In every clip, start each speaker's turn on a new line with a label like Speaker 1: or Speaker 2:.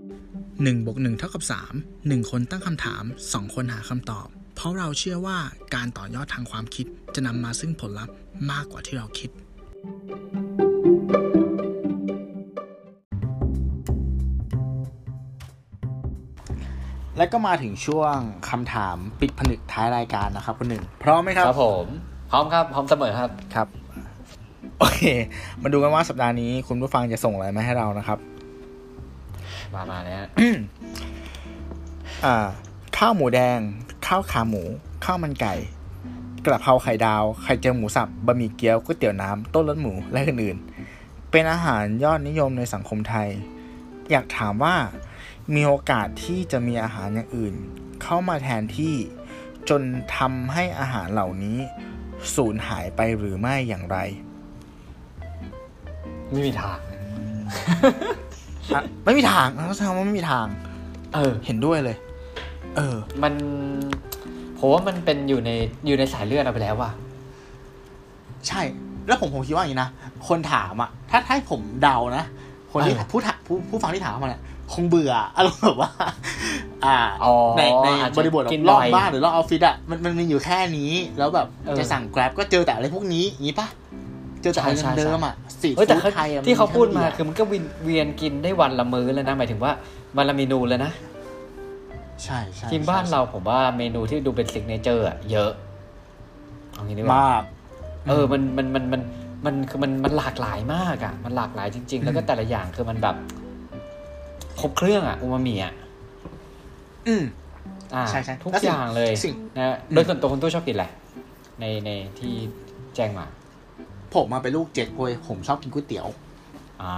Speaker 1: 1บวก1เท่ากับ3 1 คนตั้งคำถาม 2 คนหาคำตอบ เพราะเราเชื่อว่าการต่อยอดทางความคิดจะนำมาซึ่งผลลัพธ์มากกว่าที่เราคิด และก็มาถึงช่วงคำถามปิดผนึกท้ายรายการนะครับคุณหนึ่งพร้อมไหมครับ
Speaker 2: ครับผม พร้อมครับ พร้อมเสมอครับ
Speaker 1: ครับ โอเค มาดูกันว่าสัปดาห์นี้คุณผู้ฟังจะส่งอะไรมาให้เรานะครับ
Speaker 2: มามาเนี่ย
Speaker 1: อ่า ข้าวหมูแดง ข้าวขาหมู ข้าวมันไก่ กระเพราไข่ดาว ไข่เจียวหมูสับ บะหมี่เกี๊ยวก๋วยเตี๋ยวน้ำต้นรสหมู และอื่นๆ เป็นอาหารยอดนิยมในสังคมไทย อยากถามว่า มีโอกาสที่จะมีอาหารอย่างอื่น เข้ามาแทนที่ จนทำให้อาหารเหล่านี้สูญหายไปหรือไม่อย่างไร
Speaker 2: ไม่มีทาง
Speaker 1: อ่ะไม่มีทาง เราทำว่าไม่มีทาง
Speaker 2: เออ
Speaker 1: เห็นด้วยเลย เออ
Speaker 2: มันผมว่ามันเป็นอยู่ในอยู่ในสายเลือดเราไปแล้วว่ะ
Speaker 1: ใช่ แล้วผมผมคิดว่าอย่างนี้นะ คนถามอ่ะ ถ้าถ้าให้ผมเดานะ คนที่
Speaker 2: เออ
Speaker 1: ผู้ถามผู้ผู้ฟังที่ถามเข้ามาเนี่ย คงเบื่ออารมณ์แบบว่า อ่า
Speaker 2: อ๋อ
Speaker 1: ในใน
Speaker 2: อาจจะ
Speaker 1: บริบท
Speaker 2: กิน
Speaker 1: รอบ
Speaker 2: บ่อย
Speaker 1: บ้านหรือรอบออฟฟิศอ่ะ มันมันมีอยู่แค่นี้ แล้วแบบ
Speaker 2: เออ
Speaker 1: จะสั่ง grab ก็เจอแต่อะไรพวกนี้อย่างนี้ปะเจอแต่อะไร
Speaker 2: ใช่ใช่
Speaker 1: เดิมๆอ่ะสี
Speaker 2: เฮ้ยแต่เขา
Speaker 1: ไทยอะน
Speaker 2: ที่เขาพูดมา
Speaker 1: แค่
Speaker 2: คื
Speaker 1: นี้
Speaker 2: อมันก็วินเวียนกินได้วันละมื้อแล้วนะ หมายถึงว่าวันละเมนูแล้วนะ
Speaker 1: ใช่ใช่
Speaker 2: ทีมบ้านเราผมว่าเมนูที่ดูเป็นซิกเนเจอร์อะเยอะเอางี้ดีก
Speaker 1: ม
Speaker 2: ว่า
Speaker 1: าก
Speaker 2: เออมันมันมันมันมันคือมันมันหลากหลายมากอ่ะ มันหลากหลายจริง ๆ แล้วก็แต่ละอย่างคือมันแบบครบเครื่องอ่ะอูมามิอ่ะ
Speaker 1: อืม
Speaker 2: อ่า
Speaker 1: ใช่ใช่
Speaker 2: ทุก
Speaker 1: แล้วสิ่
Speaker 2: อง ย่างเลย
Speaker 1: สิ่ง
Speaker 2: นะโดยส่วนตัวคุณตู้ชอบกินอะไรในในที่แจ้งมา
Speaker 1: ผมมาเป็นลูกเจ็ดเว้ยผมชอบกินก๋วยเตี๋ยว
Speaker 2: อ่า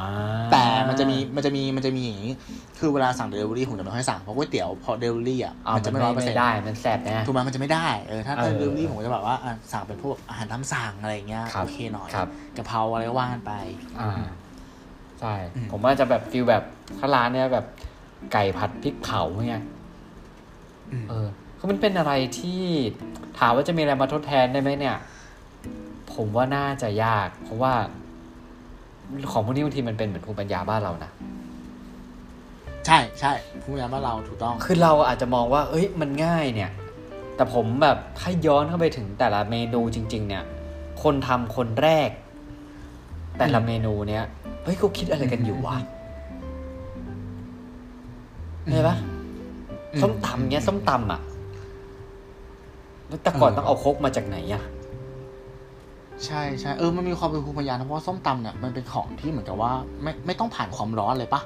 Speaker 1: แต่มันจะมีมันจะมีมันจะมีอย่างนี้ คือเวลาสั่งเดลิเวอรี่ผมจะไม่ค่อยสั่ง เพราะก๋วยเตี๋ยวพอเดลิเวอรี่อ่ะ
Speaker 2: อ่า
Speaker 1: มัน
Speaker 2: มั
Speaker 1: จะ
Speaker 2: น
Speaker 1: ไม่ร้
Speaker 2: ไม่
Speaker 1: อยเปอร์เซ็น
Speaker 2: ไม่
Speaker 1: ต์
Speaker 2: ได้มันแสบนะ
Speaker 1: ถูกไหมมันจะไม่ได้เออถ้า
Speaker 2: เออ
Speaker 1: เดลิเวอรี่ผมจะแบบว่าอ่ะสั่งเป็นพวกอาหารตามสั่งอะไรอย่างเงี้ย
Speaker 2: ครับ
Speaker 1: โอเคหน่อย
Speaker 2: ครับ
Speaker 1: กะเพราอะไรก็ว่ากันไป
Speaker 2: อ่าใช่
Speaker 1: อืม
Speaker 2: ผมว่าจะแบบฟิลแบบถ้าร้านเนี้ยแบบไก่ผัดพริกเผาเนี่ย
Speaker 1: อืม
Speaker 2: เออคือมันเป็นอะไรที่ถามว่าจะมีอะไรมาทดแทนได้ไหมเนี่ย ผมว่าน่าจะยาก เพราะว่า ของพวกนี้บางทีมันเป็นเหมือนภูมิปัญญาบ้านเรานะ
Speaker 1: ใช่ใช่พูดย้ำว่าเราถูกต้อง
Speaker 2: คือเราอาจจะมองว่า เอ้ย มันง่ายเนี่ย แต่ผมแบบถ้าย้อนเข้าไปถึงแต่ละเมนูจริง ๆ เนี่ย คนทำคนแรก แต่ละเมนูเนี่ยเฮ้ยเขาคิดอะไรกันอยู่วะ เห็นปะ
Speaker 1: อืม
Speaker 2: ส้มตำเนี้ยส้มตำอ่ะแล้วแต่ก่อน
Speaker 1: เออ
Speaker 2: ต้องเอาครกมาจากไหนอ่ะ
Speaker 1: ใช่ใช่เออมันมีความเป็นภูมิปัญญานะเพราะว่าส้มตำเนี่ยมันเป็นของที่เหมือนกับว่า ไม่ไม่ต้องผ่านความร้อนเลยปะ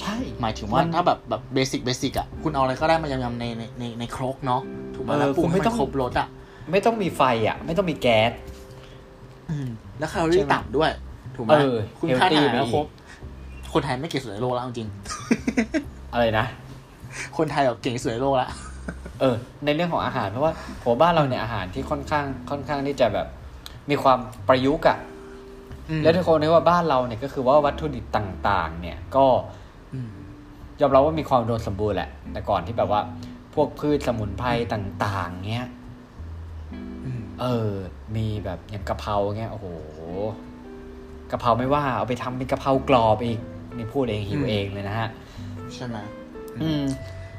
Speaker 2: ใช่
Speaker 1: หมายถึงว่าม
Speaker 2: น
Speaker 1: ถ้าแบบแบบเบสิกเบสิกอ่ะคุณเอาอะไรก็ได้มายำๆในในในในครกเนาะถูกไหม
Speaker 2: เออ
Speaker 1: แล้วปรุงให้
Speaker 2: คุณไม่
Speaker 1: มั
Speaker 2: ต้อน ง
Speaker 1: ครบรสอ่ะ
Speaker 2: ไม่ต้องมีไฟอ่ะ ไม่ต้องมีแก๊ส
Speaker 1: แล้วแคลอรี่ต่ำด้วย ถูกไหม
Speaker 2: เออ
Speaker 1: คุณค่าอา
Speaker 2: healthy
Speaker 1: หารแล้ว
Speaker 2: ไปอีก
Speaker 1: ครบ คนไทยไม่เก่งสุดในโลกแล้วเอาจริง
Speaker 2: อะไรนะ
Speaker 1: คนไทยแบบเก่งสุดในโลกแล้ว
Speaker 2: เออ ในเรื่องของอาหารเพราะว่าผมบ้านเราเนี่ยอาหารที่ค่อนข้างค่อนข้างที่จะแบบ มีความประยุกต์อ่ะ แล้วทุกคนนึกว่าบ้านเราเนี่ยก็คือว่าวัตถุดิบต่าง ๆ เนี่ยก็ ยอมรับว่ามีความอุดมสมบูรณ์แหละ แต่ก่อนที่แบบว่า พวกพืชสมุนไพรต่าง ๆ เนี้ย เออ มีแบบอย่างกะเพราเงี้ย โอ้โห กะเพราไม่ว่า เอาไปทำเป็นกะเพรากรอบอีก นี่พูดเองหิว
Speaker 1: อืม
Speaker 2: เองเลยนะฮะ
Speaker 1: ใช่ไหม
Speaker 2: อืม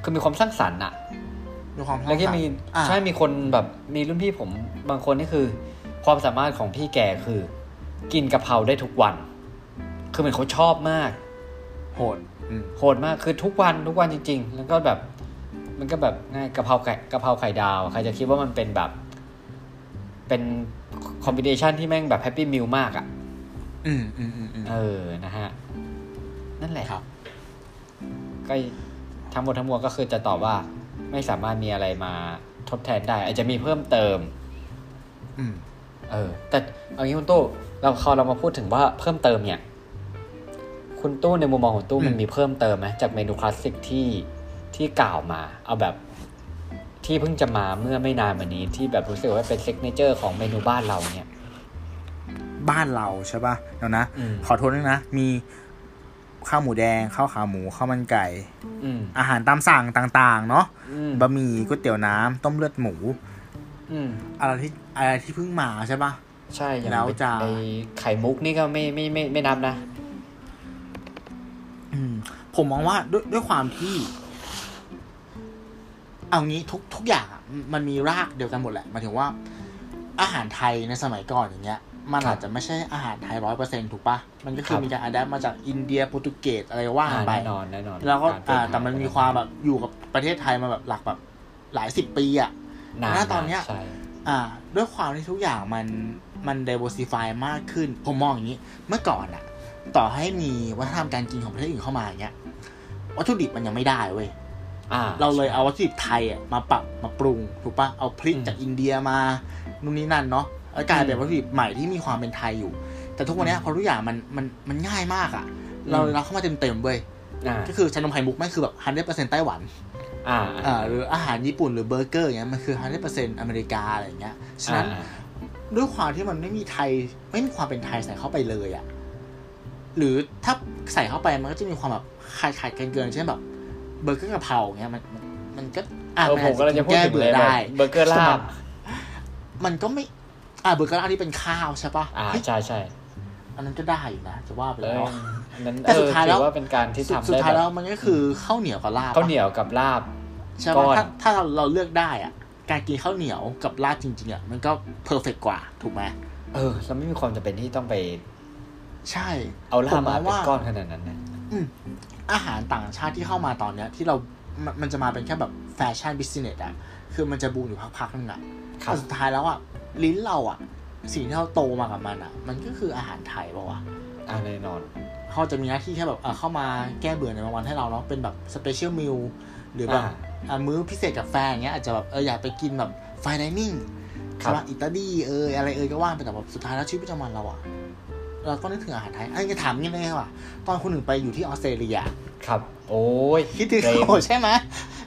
Speaker 2: คือมีความสร้างสรรค์อะ
Speaker 1: ดูความสร้าง
Speaker 2: แล้วก็มี
Speaker 1: สรรค์อ่ะ
Speaker 2: ใช่ มีคนแบบ มีรุ่นพี่ผม บางคนนี่คือ ความสามารถของพี่แกคือ กินกะเพราได้ทุกวัน คือเหมือนเขาชอบมาก
Speaker 1: โหดอืม
Speaker 2: โหดมาก คือทุกวันทุกวันจริง ๆ แล้วก็แบบ มันก็แบบง่ายกะเพราไก่กะเพราไข่ดาว ใครจะคิดว่ามันเป็นแบบ เป็นคอมบิเนชันที่แม่งแบบแฮปปี้มิลมากอะ่ะ
Speaker 1: อืมอืมอืมอืม
Speaker 2: เออ นะฮะ นั่นแหละ
Speaker 1: ครับ
Speaker 2: ก็ทั้งหมดทั้งมวลก็คือจะตอบว่า ไม่สามารถมีอะไรมาทดแทนได้ อาจจะมีเพิ่มเติม
Speaker 1: อืม
Speaker 2: เออ แต่เอางี้คุณตู้ เราพอเรามาพูดถึงว่าเพิ่มเติมเนี่ย คุณตู้ในมุมมองของตู้มันมีเพิ่มเติมไหมจากเมนูคลาสสิกที่ที่กล่าวมา เอาแบบที่เพิ่งจะมาเมื่อไม่นานมานี้ที่แบบรู้สึกว่าเป็นเซ็กเนเจอร์ของเมนูบ้านเราเนี่ย
Speaker 1: บ้านเราใช่ป่ะเดี๋ยวนะ
Speaker 2: อืม
Speaker 1: ขอโทษนึงนะ มีข้าวหมูแดง ข้าวขาหมู ข้าวมันไก่
Speaker 2: อืม
Speaker 1: อาหารตามสั่งต่าง ๆ เนาะ
Speaker 2: อืม
Speaker 1: บะหมี่ก๋วยเตี๋ยวน้ำต้มเลือดหมู
Speaker 2: อืม
Speaker 1: อะไรที่อะไรที่เพิ่งมาใช่ป่ะ
Speaker 2: ใช่อย่าง
Speaker 1: แล้วจะ
Speaker 2: ไอไข่มุกนี่ก็ไม่ไม่ไม่ไม่นับนะ
Speaker 1: อืม ผมมองว่าด้วยด้วยความที่ เอางี้ทุกทุกอย่างอะมันมีรากเดียวกันหมดแหละหมายถึงว่า อาหารไทยในสมัยก่อนอย่างเงี้ย มัน
Speaker 2: ครับ
Speaker 1: อาจจะไม่ใช่อาหารไทยร้อยเปอร์เซ็นถูกปะมันก็คือ
Speaker 2: ครับ
Speaker 1: มีการอัดแอปมาจากอินเดียโปรตุเกสอะไรว่า
Speaker 2: อ่า
Speaker 1: กันไป
Speaker 2: แน่นอนแน่นอน
Speaker 1: แล้วก็
Speaker 2: รเดิ
Speaker 1: อ่า
Speaker 2: ทง
Speaker 1: แต่มันมีความแบบอยู่กับประเทศไทยมาแบบหลักแบบหลายสิบปีอ่ะ
Speaker 2: นาน
Speaker 1: ณตอนเนี้ย
Speaker 2: ใช่
Speaker 1: อ่า ด้วยความที่ทุกอย่างมันมัน diversify มากขึ้น ผมมองอย่างนี้ เมื่อก่อนอะต่อให้มีวัฒนธรรมการกินของประเทศอื่นเข้ามาอย่างเงี้ยวัตถุดิบมันยังไม่ได้เว้ย
Speaker 2: อ่า
Speaker 1: เราเลยเอาวัตถุดิบไทยอะมาปรับมาปรุงถูกปะเอาพริก
Speaker 2: อืม
Speaker 1: จากอินเดียมานู่นนี่นั่นเนาะแล้วกลายเป็
Speaker 2: อื
Speaker 1: น
Speaker 2: ม
Speaker 1: วัตถุดิบใหม่ที่มีความเป็นไทยอยู่ แต่ทุกวันเนี้ยพอทุกอย่างมันมันมันง่ายมากอะเรา
Speaker 2: อืม
Speaker 1: เราเข้ามาเต็มเต็มๆเว้ย
Speaker 2: อ่า
Speaker 1: ก็คือชานมไข่มุกแม่งคือแบบฮันเดเปอร์เซ็นต์ไต้หวัน
Speaker 2: อ่า
Speaker 1: อ่าหรืออาหารญี่ปุ่นหรือเบอร์เกอร์อย่างเงี้ยมันคือฮันเดเปอร์เซ็นต์อเมริกาอะไรอย่างเงี้ยฉะนั้น
Speaker 2: อ่า
Speaker 1: ด้วยความที่มันไม่มีไทยไม่มีความเป็นไทยใส่เข้าไปเลยอะหรือถ้าใส่เข้าไปมันก็จะมีความแบบขาดขาดเกินเกินๆเช่นแบบเบอร์เกอร์กะเพราเงี้ยมันมันมันก็อ่ะ
Speaker 2: เออผมกำลังจะพูด
Speaker 1: แก้
Speaker 2: ถึง
Speaker 1: เบื่
Speaker 2: เล
Speaker 1: อย
Speaker 2: แบบ
Speaker 1: ได้
Speaker 2: เบอร์เกอร์ลาบ
Speaker 1: มันก็ไม่อ่ะเบอร์เกอร์ลาบที่เป็นข้าวใช่ปะ
Speaker 2: อ่า
Speaker 1: เฮ้ย
Speaker 2: ใช่ใช่
Speaker 1: อันนั้นก็ได้อยู่นะจะว่าไป
Speaker 2: เอ
Speaker 1: แล้
Speaker 2: อ
Speaker 1: ว
Speaker 2: อันนั้น
Speaker 1: แต่
Speaker 2: เอ
Speaker 1: สุ
Speaker 2: อ
Speaker 1: ดท้ายแล้
Speaker 2: ถื
Speaker 1: ว
Speaker 2: อว่าเป็นการที่
Speaker 1: สุด
Speaker 2: ทำ
Speaker 1: สุด
Speaker 2: ได้
Speaker 1: ท้าย
Speaker 2: แบ
Speaker 1: แล้ว
Speaker 2: บ
Speaker 1: มันก็คือข้าวเหนียวกับลาบปะ
Speaker 2: ข้าวเหนียวกับลาบ
Speaker 1: ใช่
Speaker 2: ก้
Speaker 1: ปะ
Speaker 2: อน
Speaker 1: ถ้าถ้าเราเราเลือกได้อะการกินข้าวเหนียวกับลาบจริงๆอะมันก็เพอร์เฟกกว่าถูกไหม
Speaker 2: เออเราไม่มีความจำเป็นที่ต้องไป
Speaker 1: ใช่
Speaker 2: เอาลาบมา
Speaker 1: ผมมอง
Speaker 2: เป็น
Speaker 1: ว่า
Speaker 2: ก้อนขนาดนั้นนะ
Speaker 1: อืมอาหารต่างชาติที่เข้ามาตอนเนี้ย ที่เรา มันมันจะมาเป็นแค่แบบแฟชั่นบิสเนสอะคือมันจะบูมอยู่พักๆนึงอะ
Speaker 2: ครับ
Speaker 1: แต่สุดท้ายแล้วอะลิ้นเราอะสิ่งที่เราโตมากับมันอะมันก็คืออาหารไทยปะวะ
Speaker 2: อ่าแน่นอน
Speaker 1: เขาจะมีหน้าที่แค่แบบเอ่อเข้ามาแก้เบื่อในบางวันให้เราเนาะเป็นแบบสเปเชียลมิลหรือแบบ
Speaker 2: อ่า
Speaker 1: อ่ะมื้อพิเศษกับแฟนอย่างเงี้ยอาจจะแบบเอออยากไปกินแบบไฟนิ่นิ่ง
Speaker 2: ครับ
Speaker 1: สำหรับอิตาลีเอออะไรเออก็ว่างไปแต่แบบสุดท้ายแล้วชีวิตประจำวันเราอะเราก็นึกถึงอาหารไทยอันนี้จะถามงี้เลยว่าตอนคุณหนึ่งไปอยู่ที่ออสเตรเลีย
Speaker 2: ครับ โอ้ย
Speaker 1: คิดถึง
Speaker 2: เกรง
Speaker 1: โหใช่ไหม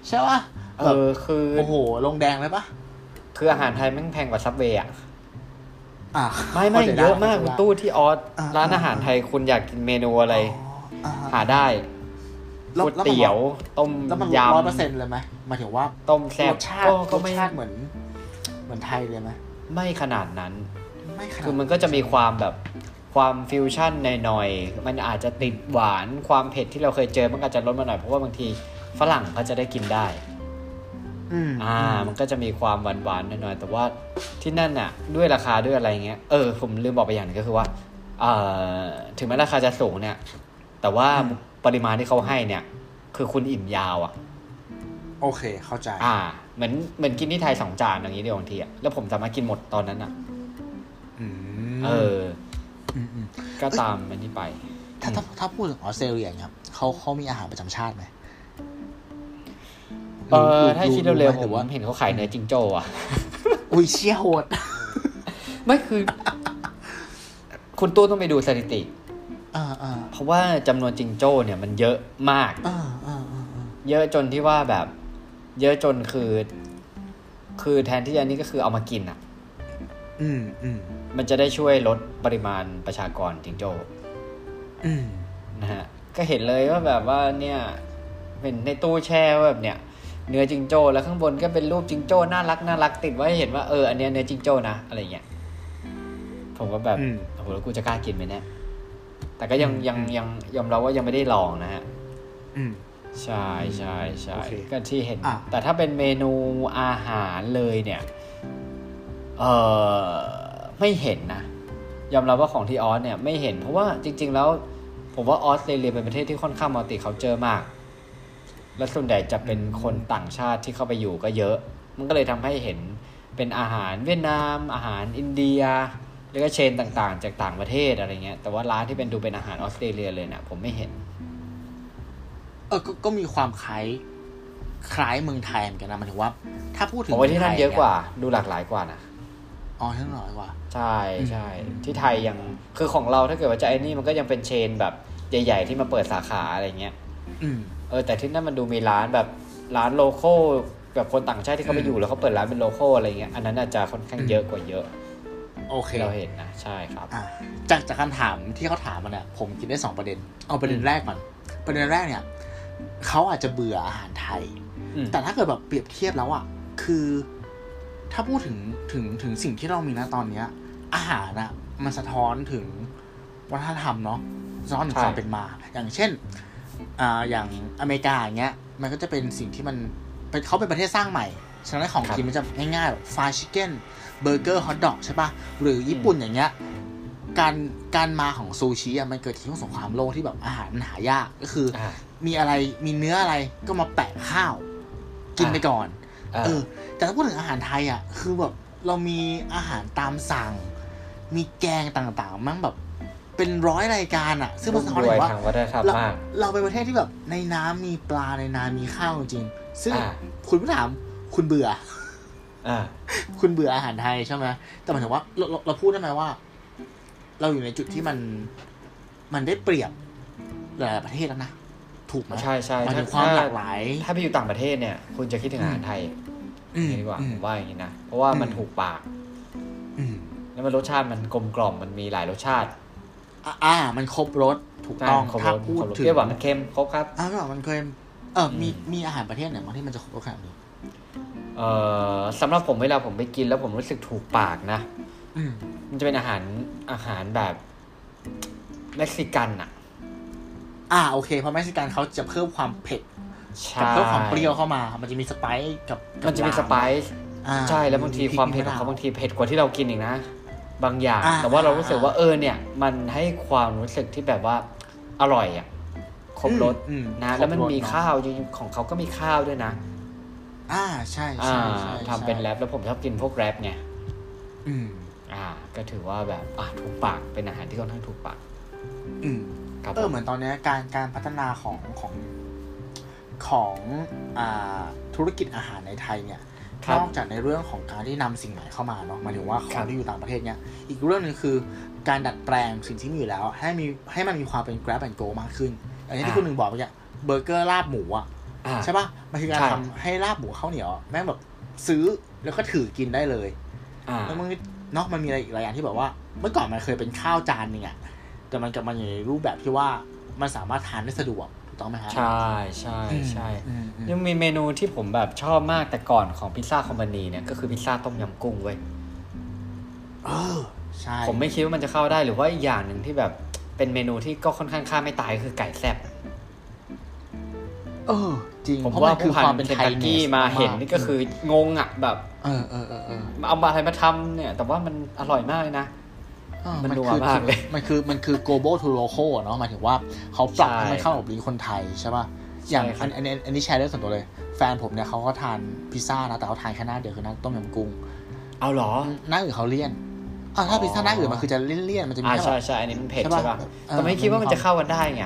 Speaker 1: ใช่ปะ
Speaker 2: เออคือ
Speaker 1: โอ้โห ลงแดงเลยปะ
Speaker 2: คืออาหารไทยแม่งแพงกว่าซับเวย์อะ
Speaker 1: อ่ะ
Speaker 2: ไม่ไม่
Speaker 1: ข้ใจ
Speaker 2: เยอะมาก
Speaker 1: ข้
Speaker 2: คุณ
Speaker 1: ใจ
Speaker 2: ตู้ที่ออส
Speaker 1: อ่า
Speaker 2: ร้านอาหารไทยคุณอยากกินเมนูอะไร
Speaker 1: อ๋ออ่ะ
Speaker 2: หาได้
Speaker 1: แล้
Speaker 2: ก๋วยเตี๋ยว ต้ม
Speaker 1: แล้วมัน
Speaker 2: ย
Speaker 1: ร้อยเปอร์เซ็นต์เลยไหมหมายถึงว่า
Speaker 2: ำต้มแซ่
Speaker 1: ร
Speaker 2: บ
Speaker 1: สชาติ
Speaker 2: ก็ก็
Speaker 1: รส
Speaker 2: ไม่
Speaker 1: ชาติเหมือน เหมือนไทยเลยไหม
Speaker 2: ไม่ขนาดนั้น
Speaker 1: ไม่ขนาด
Speaker 2: คือมันก็จะมีความแบบความฟิวชั่นหน่อยๆ มันอาจจะติดหวานความเผ็ดที่เราเคยเจอ มันก็อาจจะลดมาหน่อย เพราะว่าบางทีฝรั่งก็จะได้กินได้
Speaker 1: อืม
Speaker 2: อ่า มันก็จะมีความหวานๆหน่อยๆ แต่ว่าที่นั่นน่ะ ด้วยราคาด้วยอะไรเงี้ย เออ ผมลืมบอกไปอย่างหนึงก็คือว่าเอ่อถึงแม้ราคาจะสูงเนี่ย แต่ว่าปริมาณที่เขาให้เนี่ย คือคุณอิ่มยาวอ่ะ
Speaker 1: โอเคเข้าใจ
Speaker 2: อ่า เหมือนเหมือนกินที่ไทยสองจานอย่างนี้เดียวบางทีอ่ะ แล้วผมสามารถกินหมดตอนนั้นอ่ะ
Speaker 1: อืม
Speaker 2: เออ
Speaker 1: มอืม
Speaker 2: ก็ตามมันที่ไป
Speaker 1: ถ้าถ้าถ้าพูดถึงออสเตรเลียเนี่ยครับเขาเขามีอาหารประจำชาติไหม
Speaker 2: เออถ้าคิดเร็ว
Speaker 1: ไหห
Speaker 2: ๆผม
Speaker 1: ว่า
Speaker 2: เห็นเขาขายเนื้อจิงโจ้อะ
Speaker 1: อุ้ยเชี่ยโหด
Speaker 2: ไม่คือ คุณตู้ต้องไปดูสถิติ
Speaker 1: อ่าอ่า
Speaker 2: เพราะว่าจำนวนจิงโจ้เนี่ยมันเยอะมาก
Speaker 1: อ่าอ่าอ่าอ่า
Speaker 2: เยอะจนที่ว่าแบบ เยอะจนคือ คือแทนที่อันนี้ก็คือเอามากินอ่ะ
Speaker 1: อืมอืม
Speaker 2: มันจะได้ช่วยลดปริมาณประชากรจิงโจ้
Speaker 1: อืม
Speaker 2: นะฮะ ก็เห็นเลยว่าแบบว่าเนี่ยเป็นในตู้แช่ว่าแบบเนี่ย เนื้อจิงโจ้แล้วข้างบนก็เป็นรูปจิงโจ้น่ารักน่ารักติดไว้ให้เห็นว่าเอออันเนี้ยเนื้อจิงโจ้นะอะไรเงี้ยผมก็แบบ
Speaker 1: อืม
Speaker 2: โอ้โหแล้วกูจะกล้ากินไหมเนี่ยแต่ก็ยังยังยังยอมรับว่ายังไม่ได้ลองนะฮะ
Speaker 1: อืม
Speaker 2: ใช่ใช่ใช่
Speaker 1: โอเค
Speaker 2: ก็ที่เห็น
Speaker 1: อ่ะ
Speaker 2: แต่ถ้าเป็นเมนูอาหารเลยเนี่ย เออไม่เห็นนะ ยอมรับว่าของที่ออสเนี่ยไม่เห็น เพราะว่าจริง ๆ แล้ว ผมว่าออสเตรเลียเป็นประเทศที่ค่อนข้างมัลติเคาเจอร์มาก และส่วนใหญ่จะเป็นคนต่างชาติที่เข้าไปอยู่ก็เยอะ มันก็เลยทำให้เห็นเป็นอาหารเวียดนาม อาหารอินเดีย แล้วก็เชนต่างๆ จากต่างประเทศอะไรเงี้ย แต่ว่าร้านที่เป็นดูเป็นอาหารออสเตรเลียเลยเนี่ยผมไม่เห็น
Speaker 1: เออก็ก็มีความคล้าย คล้ายเมืองไทยเหมือนกันนะหมันถือว่า ถ้าพูดถึ
Speaker 2: ผ
Speaker 1: ง
Speaker 2: มว่าที่นั่น
Speaker 1: มืงไท
Speaker 2: เยอะกว่า ดูหลากหลายกว่านะ
Speaker 1: อ๋อที่นั่นน้อยกว่า
Speaker 2: ใช่ใช่ที่ไทยยังคือของเราถ้าเกิดว่าจะไอ้นี่มันก็ยังเป็นเชนแบบใหญ่ ๆ ที่มาเปิดสาขาอะไรเงี้ย
Speaker 1: อืม
Speaker 2: เออแต่ที่นั่นมันดูมีร้านแบบร้านโลโก้แบบคนต่างชาติที่เขาไปอยู่แล้วเขาเปิดร้านเป็นโลโก้อะไรเงี้ยอันนั้นอาจจะค่อนข้างเยอะกว่าเยอะ
Speaker 1: โอเค
Speaker 2: ที่เราเห็นนะใช่ครับ
Speaker 1: อ่ะจากจากคำถามที่เขาถามมาเนี่ยผมคิดได้สองประเด็น เอาประเด็นแรกก่อน ประเด็นแรกเนี่ย เขาอาจจะเบื่ออาหารไทย
Speaker 2: อืม
Speaker 1: แต่ถ้าเกิดแบบเปรียบเทียบแล้วอ่ะ คือ ถ้าพูดถึงถึงถึงสิ่งที่เรามีนะตอนเนี้ย อาหารอ่ะ มันสะท้อนถึงวัฒนธรรมเนาะสะท้อนถึง
Speaker 2: ใช่
Speaker 1: ความเป็นมา อย่างเช่น อ่าอย่างอเมริกาอย่างเงี้ย มันก็จะเป็นสิ่งที่มันเป็นเขาเป็นประเทศสร้างใหม่ ฉะนั้นของ
Speaker 2: ครับ
Speaker 1: กินมันจะง่ายๆฟาชิเก้นเบอร์เกอร์ฮอทดอกใช่ปะหรือญี่ปุ่นอย่างเงี้ย การการมาของซูชิอ่ะมันเกิดจากช่วงสงครามโลกที่แบบอาหารมันหายากก็คืออ
Speaker 2: อ่า
Speaker 1: มีอะไรมีเนื้ออะไรก็มาแปะข้าว กินไปก่อน
Speaker 2: อ่า
Speaker 1: เออ แต่ถ้าพูดถึงอาหารไทยอ่ะ คือแบบเรามีอาหารตามสั่ง มีแกงต่างๆ มั่งแบบ เป็นร้อยรายการอ่ะ ซึ่งมันสะท้อน
Speaker 2: ร่ำรว
Speaker 1: เห็น
Speaker 2: ย
Speaker 1: ว่า
Speaker 2: ทางวัฒนธรรม
Speaker 1: เรา
Speaker 2: มาก
Speaker 1: เราเป็นประเทศที่แบบ ในน้ำมีปลาในนามีข้าวจริงๆซึ่ง
Speaker 2: อ่า
Speaker 1: คุณผู้ถามคุณเบื่อ
Speaker 2: อ่า
Speaker 1: คุณเบื่ออาหารไทยใช่ไหมแต่หมายถึงว่าเราเราเราพูดได้ไหมว่า เราอยู่ในจุดที่มันมันได้เปรียบหลายๆประเทศแล้วนะถูกไหม
Speaker 2: ใช่ใช่
Speaker 1: หมาย
Speaker 2: ถ้า
Speaker 1: ถึงความหลากหลาย
Speaker 2: ถ้าไปอยู่ต่างประเทศเนี่ย คุณจะคิดถึงอาหารไทย
Speaker 1: อืม
Speaker 2: อย่างนี้ดีกว่า
Speaker 1: อื
Speaker 2: ผม มว่าอย่างนี้นะ เพราะว่ามันถูกปาก
Speaker 1: อืม
Speaker 2: แล้วมันรสชาติมันกลมกล่อมมันมีหลายรสชาติ
Speaker 1: อ่ะอ่า มันครบรสถูก
Speaker 2: ใช่
Speaker 1: ต้อง
Speaker 2: ครบ
Speaker 1: ถ้าร
Speaker 2: ส
Speaker 1: พู
Speaker 2: ค
Speaker 1: ด
Speaker 2: รบรส
Speaker 1: ถึง
Speaker 2: เปรี้ยวหวานมันเค็มครบครับ
Speaker 1: อ้าวไม่บอกมันเคยเอออ
Speaker 2: ม
Speaker 1: มีมีอาหารประเทศไหนบ้างที่มันจะครบรสขนาดนี้
Speaker 2: เอ่อสำหรับผมเวลาผมไปกินแล้วผมรู้สึกถูกปากนะ
Speaker 1: อืม
Speaker 2: มันจะเป็นอาหารอาหารแบบเม็กซิกันอะ
Speaker 1: อ่า โอเค เพราะเม็กซิกันเขาจะเพิ่มความเผ็ดกับ
Speaker 2: ใช่
Speaker 1: เพิ่มความเปรี้ยวเข้ามา มันจะมีสไปซ์กับกับ
Speaker 2: มันจะมี
Speaker 1: ลา
Speaker 2: สไปซ์
Speaker 1: อ่า
Speaker 2: ใช่แล้วบางที
Speaker 1: พริก
Speaker 2: ความเผ็ดของเขา
Speaker 1: มะนว
Speaker 2: บางทีเผ็ดกว่าที่เรากินอีกนะ บางอย่าง
Speaker 1: อ่า
Speaker 2: แต่ว่าเรา
Speaker 1: อ่า
Speaker 2: รู้สึกว่าเออเนี่ย มันให้ความรู้สึกที่แบบว่าอร่อยอะครบรส
Speaker 1: อืมอืม
Speaker 2: นะ
Speaker 1: ครบรส
Speaker 2: แล้วมันมี
Speaker 1: เนอะ
Speaker 2: ข้าวจริงๆของเขาก็มีข้าวด้วยนะ
Speaker 1: อ่า ใช่
Speaker 2: อ่า
Speaker 1: ใช่ใช่
Speaker 2: ทำเป็น
Speaker 1: ใช่
Speaker 2: แรปแล้วผมชอบกินพวกแรปไง
Speaker 1: อืม
Speaker 2: อ่า ก็ถือว่าแบบ อ่าถูกปาก เป็นอาหารที่ค่อนข้างถูกปาก
Speaker 1: อืม
Speaker 2: ครับ
Speaker 1: เออ
Speaker 2: ผม
Speaker 1: เหมือนตอนเนี้ยการการพัฒนาของของของอ่าธุรกิจอาหารในไทยเนี่ย
Speaker 2: ครั
Speaker 1: น
Speaker 2: บอก
Speaker 1: จากในเรื่องของการที่นำสิ่งใหม่เข้ามาเนาะหมายถึงว่าข
Speaker 2: ค
Speaker 1: อ
Speaker 2: รั
Speaker 1: ง
Speaker 2: บ
Speaker 1: ที่อยู่ต่างประเทศเนี่ยอีกเรื่องหนึ่งคือการดัดแปลงสิ่งที่มีอยู่แล้ว ให้มีให้มันมีความเป็น grab and go มากขึ้นอย่างที่คุณหนึ่งบอกไปอ่ะเบอร์เกอร์ลาบหมูอ่ะ
Speaker 2: อ่า
Speaker 1: ใช่ปะมันคือการ
Speaker 2: ใช่
Speaker 1: ทำให้ลาบหมูข้าวเหนียวอะแม่งแบบซื้อแล้วก็ถือกินได้เลย
Speaker 2: อ่า
Speaker 1: แล้วมันเนาะมันมีอะไรอีกหลายอย่างที่แบบว่า เมื่อก่อนมันเคยเป็นข้าวจานหนึงอ่ะแต่มันกลับมาอยู่ในรูปแบบที่ว่ามันสามารถทานได้สะดวกถูกต้องไหมฮะ
Speaker 2: ใช่ใช่ใช่
Speaker 1: อืมอืม
Speaker 2: ยังมีเมนูที่ผมแบบชอบมากแต่ก่อนของพิซซ่าคอมพานีเนี่ย ก็คือพิซซ่าต้มยำกุ้งเว้ย
Speaker 1: เออใช่
Speaker 2: ผมไม่คิดว่ามันจะเข้าได้หรือว่าอีกอย่างหนึ่งที่แบบเป็นเมนูที่ก็ค่อนข้างฆ่าไม่ตายก็คือไก่แซ่บ
Speaker 1: เออ จริง
Speaker 2: ผม
Speaker 1: เพระ
Speaker 2: ว่า
Speaker 1: มัน
Speaker 2: ผู้พันเคน
Speaker 1: ไท
Speaker 2: ตั
Speaker 1: ย
Speaker 2: กกี้มาเห็นนี่ก็คืองงอ่ะแบบ
Speaker 1: เออเออเออเออ
Speaker 2: เอามาอะไรมาทำเนี่ย แต่ว่ามันอร่อยมากเลยนะ
Speaker 1: เออ
Speaker 2: มัน
Speaker 1: คื
Speaker 2: นัวมากเลย
Speaker 1: มันคือมันคือ global to local อะเนาะหมายถึงว่าเขาปรับ
Speaker 2: ใช่
Speaker 1: ให้มันเข้ากับลิ้นคนไทยใช่ป่ะอย่าง
Speaker 2: ใช่ครับ
Speaker 1: อันอันอันอันนี้แชร์เรื่องส่วนตัวเลย แฟนผมเนี่ยเขาก็ทานพิซซ่านะ แต่เขาทานแค่หน้าเดียวคือหน้าต้มยำกุ้ง
Speaker 2: เอาเหรอ
Speaker 1: หน้าอื่นเขาเลี่ยนอ้าวถ้า
Speaker 2: อ๋อ
Speaker 1: พิซซ่าหน้าอื่นมันคือจะเลี่ยนๆมันจะมี
Speaker 2: อ่า
Speaker 1: แค่แบบ
Speaker 2: ใช่ใช่อันนี้มันเผ็ด
Speaker 1: ใช่ปะ
Speaker 2: ใช่ป่ะ
Speaker 1: เออ
Speaker 2: แต่ไม่คิดว่ามัน
Speaker 1: มัน
Speaker 2: จะ
Speaker 1: เข้า
Speaker 2: เข้ากันได้ไง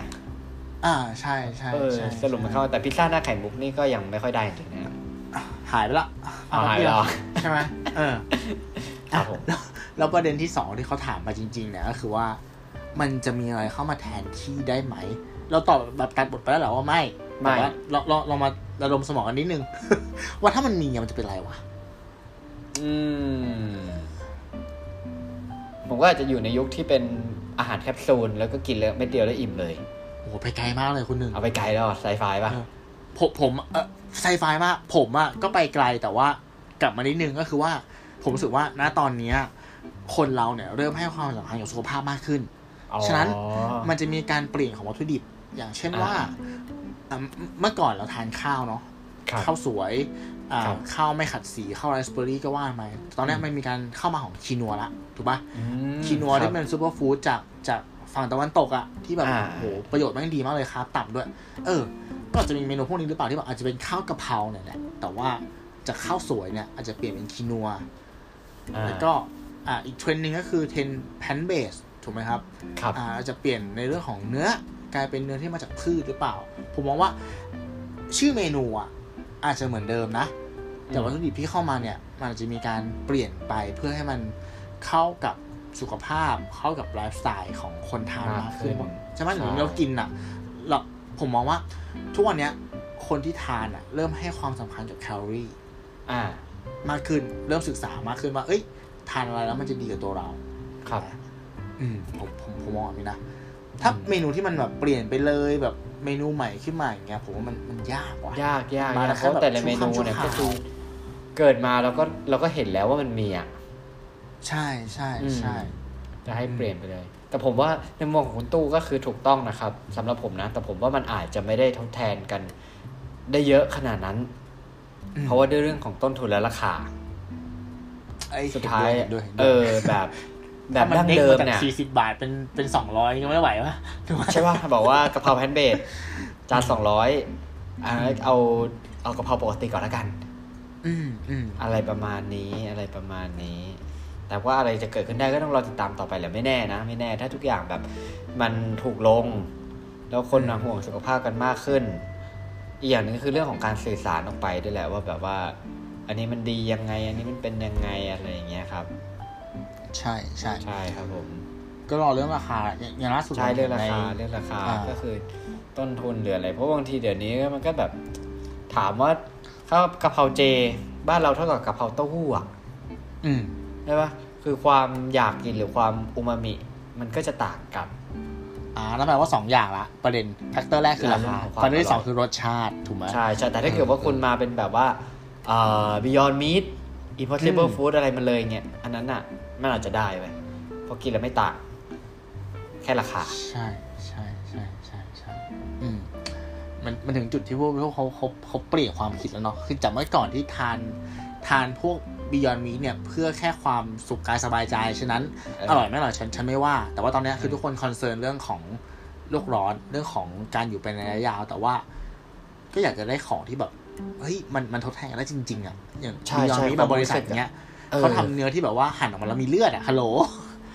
Speaker 1: อ่าใช่ใช่
Speaker 2: เออ
Speaker 1: ใช่
Speaker 2: สรุปมันเข้าแต่พิซซ่าหน้าไข่มุกนี่ก็ยังไม่ค่อยได้จริงๆนะ
Speaker 1: หายไปละ
Speaker 2: อ๋อหายไปละ
Speaker 1: ใช่ไหมเออ
Speaker 2: ครับผม
Speaker 1: แล้วแล้วประเด็นที่สองที่เขาถามมาจริงๆเนี่ยก็คือว่า มันจะมีอะไรเข้ามาแทนที่ได้ไหม เราตอบแบบตัดบทไปแล้วเหรอว่าไม่
Speaker 2: ไม่
Speaker 1: แต่ว่าเราเราเรามาระดมสมองกันนิดนึง ว่าถ้ามันมีอะมันจะเป็นไรวะ
Speaker 2: อืมผมก็อาจจะอยู่ในยุคที่เป็นอาหารแคปซูลแล้วก็กินเลยเม็ดเดียวแล้วอิ่มเลย
Speaker 1: โอ้โหไปไกลมากเลยคุณหนึ่ง
Speaker 2: เอาไปไกลแล้วไซไฟป่ะ
Speaker 1: เออผมผมเออไซไฟมาก ผมอะก็ไปไกลแต่ว่ากลับมานิดนึงก็คือว่า ผมรู้สึกว่าณตอนเนี้ยคนเราเนี่ยเริ่มให้ความสำคัญกับสุขภาพมากขึ้น
Speaker 2: อ๋อ
Speaker 1: ฉะนั้น มันจะมีการเปลี่ยนของวัตถุดิบ อย่างเช่นว่า
Speaker 2: อ่า
Speaker 1: อ่ะเมื่อก่อนเราทานข้าวเนาะ
Speaker 2: ครับ
Speaker 1: ข้าวสวยอ่า
Speaker 2: ครับ
Speaker 1: ข้าวไม่ขัดสี ข้าวไรซ์เบอร์รี่ก็ว่ามาตอนเนี้ย
Speaker 2: อืม
Speaker 1: มันมีการเข้ามาของคีนัวละ ถูกปะ
Speaker 2: อืม
Speaker 1: คีนัวที่
Speaker 2: ครับ
Speaker 1: เป็นซูเปอร์ฟู้ดจากจากฝั่งตะวันตกอะที่แบบ
Speaker 2: อ่า
Speaker 1: โอ้โหประโยชน์แม่งดีมากเลยครับต่ำด้วย เออ ก็อาจจะมีเมนูพวกนี้หรือเปล่าที่แบบอาจจะเป็นข้าวกะเพราเนี่ยแหละแต่ว่าจากข้าวสวยเนี่ยอาจจะเปลี่ยนเป็นคีนัว
Speaker 2: อ่า
Speaker 1: แล้วก็อ่าอีกเทรนด์หนึ่งก็คือเทรนแพนเบสถูกไหมครับ
Speaker 2: ครับ
Speaker 1: อ่าอาจจะเปลี่ยนในเรื่องของเนื้อกลายเป็นเนื้อที่มาจากพืชหรือเปล่า ผมมองว่าชื่อเมนูอ่ะอาจจะเหมือนเดิมนะ แต่
Speaker 2: อืม
Speaker 1: วัตถุดิบที่เข้ามาเนี่ย มันอาจจะมีการเปลี่ยนไปเพื่อให้มันเข้ากับสุขภาพ เข้ากับไลฟ์สไตล์ของคนทานมากขึ้นใช่ไหมเหมือนเรากินอ่ะเราผมมองว่าทุกวันเนี้ยคนที่ทานอ่ะเริ่มให้ความสำคัญกับแคลอรี่
Speaker 2: อ่า
Speaker 1: มากขึ้น เริ่มศึกษามากขึ้นว่า เอ้ย ทานอะไรแล้วมันจะดีกับตัวเรา
Speaker 2: ครับ
Speaker 1: อืมผมผมผมมองแบบนี้นะ ถ้า
Speaker 2: อืม
Speaker 1: เมนูที่มันแบบเปลี่ยนไปเลยแบบเมนูใหม่ขึ้นมาอย่างเงี้ยผมว่ามันมันยากว่ะ
Speaker 2: ยากยา
Speaker 1: มาย
Speaker 2: กาก
Speaker 1: แล้ว
Speaker 2: เพราะ
Speaker 1: ครับ
Speaker 2: แต่ละเมนู
Speaker 1: ชุบข้าวชุบ
Speaker 2: เนี่ยก็
Speaker 1: ขาว
Speaker 2: คือเกิดมาเราก็เราก็เห็นแล้วว่ามันมีอ่ะ
Speaker 1: ใช่ใช่
Speaker 2: อืม
Speaker 1: ใช่
Speaker 2: จะให้เปลี่ยนไปเลย แต่ผมว่าในมุมมองของคุณตู้ก็คือถูกต้องนะครับสำหรับผมนะ แต่ผมว่ามันอาจจะไม่ได้ทดแทนกันได้เยอะขนาดนั้น
Speaker 1: อืม
Speaker 2: เพราะว่าด้วยเรื่องของต้นทุนและราคา
Speaker 3: ไอ้
Speaker 2: สุดท้าย
Speaker 3: เห็นด้วยห็นด้วย
Speaker 2: เออแบบแบบ
Speaker 4: ถ้ามัน
Speaker 2: ดั้ง
Speaker 4: เด้ง
Speaker 2: เดิม
Speaker 4: มาจาก
Speaker 2: เนี่ย
Speaker 4: สี่สิบบาทเป็นเป็นสองร้อยยังไม่ไหววะถูกไหม
Speaker 2: ใช่ป่ะบอกว่ากะเพราแพนเบดจานสองร้อยเอาเอาเอากะเพราปกติก่อนละกัน
Speaker 1: อืมอืม
Speaker 2: อะไรประมาณนี้อะไรประมาณนี้ แต่ว่าอะไรจะเกิดขึ้นได้ก็ต้องรอติดตามต่อไปแหละไม่แน่นะ ไม่แน่ถ้าทุกอย่างแบบมันถูกลง แล้วคนน่ะห่วงสุขภาพกันมากขึ้น อีกอย่างหนึ่งก็คือเรื่องของการสื่อสารออกไปด้วยแหละว่าแบบว่า อันนี้มันดียังไง อันนี้มันเป็นยังไงอะไรอย่างเงี้ยครับ
Speaker 1: ใช่ใช่
Speaker 2: ใช่ครับผม
Speaker 1: ก็รอเรื่องราคาอย่างอย่างล่าสุด
Speaker 2: ใช่เรื่องราคา
Speaker 1: ใน
Speaker 2: เรื่องราคา
Speaker 1: อ่า
Speaker 2: ก็คือต้นทุนหรืออะไร เพราะบางทีเดี๋ยวนี้มันก็แบบถามว่าข้าวกะเพราเจ บ้านเราเท่ากับกะเพราเต้าหู้อะ
Speaker 1: อืม
Speaker 2: ใช่ปะคือความอยากกินหรือความอูมามิ มันก็จะต่างกัน
Speaker 1: อ่านั่นแปลว่าสองอย่างละประเด็นแฟกเตอร์แรกคือราคา
Speaker 2: ราคา
Speaker 1: ประเด็นที่สองคือรสชาติถูกไหม
Speaker 2: ใช่ใช่แต่ถ้าเกิดว่าคุณมาเป็นแบบว่าเอ่อ Beyond Meat Impossible
Speaker 1: อืม
Speaker 2: Food อะไรมันเลยเงี้ย อันนั้นอ่ะ มันอาจจะได้ไปเพราะกินแล้วไม่ต่าง แค่ราคา
Speaker 1: ใช่ใช่ใช่ใช่ใช่อืมมันมันถึงจุดที่พวกพวกเขาเขาเขาเปลี่ยนความคิดแล้วเนาะคือจากเมื่อก่อนที่ทานทานพวกบิยอนมีเนี่ย เพื่อแค่ความสุขกายสบายใจ ฉะนั้น
Speaker 2: เออ
Speaker 1: อ
Speaker 2: อ
Speaker 1: ร่อยไม่อร่อยฉันฉันไม่ว่า แต่ว่าตอนเนี้ยคือทุกคนคอนเซิร์นเรื่องของโลกร้อนเรื่องของการอยู่เป็นระยะยาว แต่ว่า ก็อยากจะได้ของที่แบบเฮ้ยมันมันทดแทนกันได้จริง ๆอ่ะอย่าง
Speaker 2: ใช่
Speaker 1: บิยอน
Speaker 2: ใช่
Speaker 1: มีบาว
Speaker 2: คาม
Speaker 1: งบริษัท
Speaker 2: รู้สึกอะ
Speaker 1: เนี้ย
Speaker 2: ออ
Speaker 1: เขาทำเนื้อที่แบบว่าหั่นออกมาแล้วมีเลือดอ่ะฮัลโหล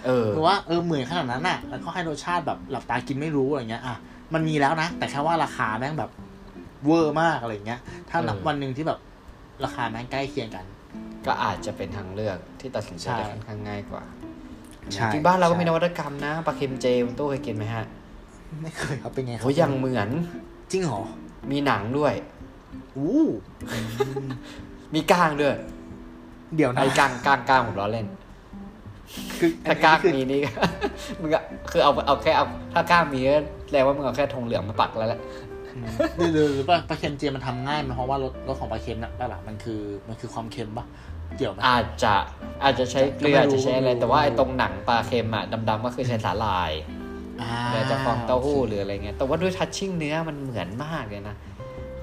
Speaker 2: เออ
Speaker 1: คือว่าเออเหมือนขนาดนั้นน่ะแล้วก็ให้รสชาติแบบหลับตากินไม่รู้อะไรเงี้ยอ่ะมันมีแล้วนะ แต่แค่ว่าราคาแม่งแบบเวอร์มากอะไรเงี้ย ถ้า
Speaker 2: เออ
Speaker 1: วันหนึ่งที่แบบราคาแม่งใกล้เคียงกัน
Speaker 2: ก็อาจจะเป็นทางเลือกที่ตัดสินใจได้
Speaker 1: ใช่
Speaker 2: ค่อนข้างง่ายกว่า
Speaker 1: ใช่
Speaker 2: ที่บ้านเราก็มี
Speaker 1: ใช่
Speaker 2: นวัตกรรมนะปลาเค็มเจคุณตู้เคยกินไหมฮะ
Speaker 1: ไม่เคยครับเป็นไงครับ
Speaker 2: โอ้ยยังเหมือน
Speaker 1: จริงเหรอ
Speaker 2: มีหนังด้วย
Speaker 1: อู้
Speaker 2: มีกล้างด้วย
Speaker 1: เดี๋ยว
Speaker 2: ไอ้
Speaker 1: นะ
Speaker 2: กล้างกล้างกล้างผมล้อเล่น
Speaker 1: คือ
Speaker 2: ถ้ากล้างมีนี่ มึงอะคือเอาเอาแค่เอาถ้ากล้างมีก็แสดงว่ามึงเอาแค่ธงเหลืองมาปักแล้วแหละ
Speaker 1: หรือหรือหรือปลาปลาเค็มเจมันทำง่ายไหมเพราะว่ารสรสของปลาเค็มน่ะปลาหลักมันคือมันคือความเค็มปะเกี่ยวไหม
Speaker 2: อาจจะอาจจะใช้เกลื
Speaker 1: ก็ไม่
Speaker 2: ออาจ
Speaker 1: รู้
Speaker 2: จะใช้อะไร
Speaker 1: ไม่รู้
Speaker 2: แต่ว่าไอ้ตรงหนังปลาเค็มอะดำๆก็คือใช้สาหร่าย
Speaker 1: อ่า
Speaker 2: หรืออาจจะฟองเต้าหู้หรืออะไรเงี้ยแต่ว่าด้วยทัชชิ่งเนื้อมันเหมือนมากเลยนะ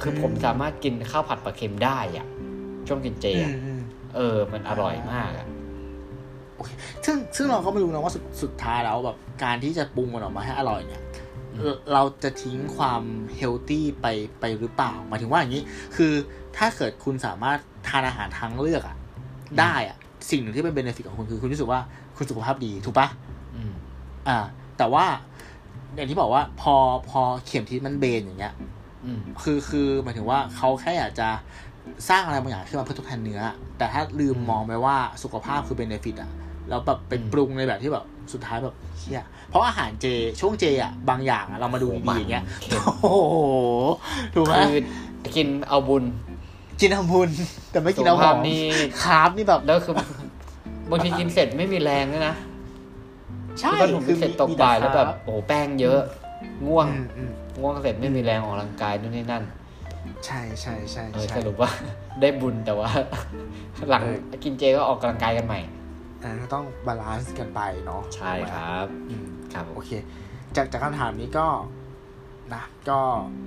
Speaker 2: คือผมสามารถกินข้าวผัดปลาเค็มได้อะช่วงกินเจ
Speaker 1: อื
Speaker 2: อะ
Speaker 1: มอืม
Speaker 2: เออ มันอร่อยมากอะ
Speaker 1: ซึ่งซึ่งเราก็ไม่รู้นะว่าสุดสุดท้ายแล้วแบบการที่จะปรุงมันออกมาให้อร่อยเนี่ย
Speaker 2: อืม
Speaker 1: เอ่อเราจะทิ้งความเฮลตี้ไปไปหรือเปล่าหมายถึงว่าอย่างนี้ คือถ้าเกิดคุณสามารถทานอาหารทางเลือกอะได้อะสิ่งหนึ่งที่เป็นเบนฟิตของคุณคือคุณรู้สึกว่าคุณสุขภาพดีถูกปะ
Speaker 2: อืม
Speaker 1: อ่า แต่ว่าอย่างที่บอกว่าพอพอเข็มทิศมันเบนอย่างเงี้ย
Speaker 2: อืม
Speaker 1: คือคือหมายถึงว่าเขาแค่อยากจะสร้างอะไรบางอย่างขึ้นมาเพื่อทดแทนเนื้อ แต่ถ้าลืมมองไปว่าสุขภาพคือเบนฟิตอะแล้วแบบไป
Speaker 2: อืม
Speaker 1: ปรุงในแบบที่แบบสุดท้ายแบบเชี่ยเพราะอาหารเจช่วงเจอะบางอย่างอะเรามาดู
Speaker 2: มั
Speaker 1: ดีๆ
Speaker 2: น
Speaker 1: อย่างเงี้ยโอ้โหถูกไหม
Speaker 2: คือกินเอาบุญ
Speaker 1: กินอามุนแต่ไม่กินเอาหอ
Speaker 2: สุขภาม พนี่
Speaker 1: คาร์บนี่แบบ
Speaker 2: แล้วคือบางทีกินเสร็จไม่มีแรงด้วยนะ
Speaker 1: ใช่
Speaker 2: ก็หนุ่มเสร็จตกบ่ายแล้วแบบ
Speaker 1: มีต่คาร์
Speaker 2: โอ้โหแป้งเยอะง่ว
Speaker 1: บ
Speaker 2: ง
Speaker 1: อืมอืม
Speaker 2: ง่วงเสร็จไม่มีแรงออกกำลังกายนู่นนี่นั่น
Speaker 1: ใช่ใช่ใช่
Speaker 2: เออ
Speaker 1: ใช่
Speaker 2: สรุปว่า ได้บุญแต่ว่า หลัง
Speaker 1: เออ
Speaker 2: กินเจก็ออกกำลังกายกันใหม่
Speaker 1: อ่าก็ต้องบาลานซ์กันไปเนาะ
Speaker 2: ใช่
Speaker 1: ถูกไหม
Speaker 2: ครับ
Speaker 1: อืม
Speaker 2: ครับผ
Speaker 1: โอ
Speaker 2: ม
Speaker 1: เค จากจากคำถามนี้ก็นะก็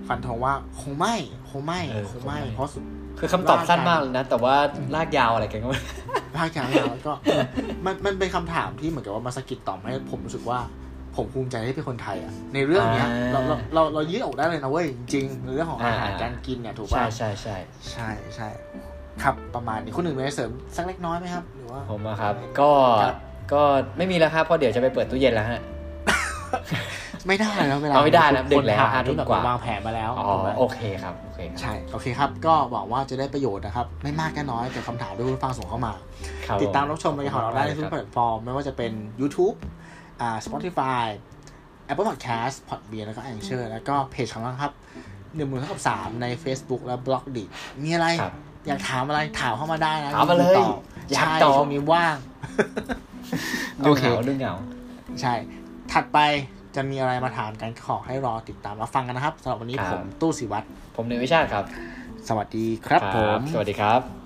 Speaker 1: ฟันธงว่าคงไม่คงไม่คงไม่เพราะสุด
Speaker 2: คือคำตอบสั้น
Speaker 1: ลากกัน
Speaker 2: มากเลยนะ แต่ว่าลากยาวอะไรกันก็ไม่
Speaker 1: ภาคกลางแล้วก็ เออมันมันเป็นคำถามที่เหมือนกับว่ามาสะกิดต่อมให้ผมรู้สึกว่า ผมภูมิใจที่เป็นคนไทยอ่ะในเรื่องเนี้ย
Speaker 2: อ่า
Speaker 1: เราเราเราเรายืดอกได้เลยนะเว้ยจริงๆในเรื่องของอาหารการกินเนี่ยถูก
Speaker 2: ใช่
Speaker 1: ป่ะ
Speaker 2: ใช่ใช่
Speaker 1: ใช่ใช่ครับประมาณนี้คุณหนึ่งมีอะไรเสริมสักเล็กน้อยไหมครับหรือว่า
Speaker 2: ผมอะครับ ก็
Speaker 1: ครับ
Speaker 2: ก็ไม่มีแล้วครับเพราะเดี๋ยวจะไปเปิดตู้เย็นแล้วฮะ
Speaker 1: ไม่ได้แล้วเวลา
Speaker 2: เอาไม่ได้นะ
Speaker 1: คน
Speaker 2: ดึกแล้ว
Speaker 1: ถาม
Speaker 2: ห้าทุ่
Speaker 1: ที่
Speaker 2: ม
Speaker 1: แบบ
Speaker 2: กว่า
Speaker 1: วางแผนมาแล้ว
Speaker 2: อ๋อ
Speaker 1: ถูกไหม
Speaker 2: โอเคครับโอเคครับ
Speaker 1: ใช่ โอเคครับ ก็หวังว่าจะได้ประโยชน์นะครับ ไม่มากก็น้อยจากคำถามที่คุณผู้ฟังส่งเข้ามา
Speaker 2: ครับ
Speaker 1: ติดตามรับชมรายการของเราได้ในทุกแพลตฟอร์ม ไม่ว่าจะเป็น YouTube อ่า Spotify Apple Podcast Podbean แล้วก็ Anchor แล้วก็เพจของเราครับหนึ่งหมื่นเท่ากับสามใน Facebook และ b ล็อกดิมีอะไร
Speaker 2: ครับ
Speaker 1: อยากถามอะไร ถามเข้ามาได้นะ
Speaker 2: ถามมาเลย
Speaker 1: ตบ
Speaker 2: อยาก
Speaker 1: ใช่
Speaker 2: ตอบ
Speaker 1: ช่วงนี้ว่าง
Speaker 2: ดู
Speaker 1: โอ
Speaker 2: เห
Speaker 1: เค
Speaker 2: งาดูเหงา
Speaker 1: ใช่ ถัดไปจะมีอะไรมาถามกันขอให้รอติดตามรับฟังกันนะครับสำหรับวันนี้ผมตู้สิวัตร
Speaker 2: ผมหนึ่งวิชาติครับ
Speaker 1: สวัสดีครับผม
Speaker 2: สวัสดีครับ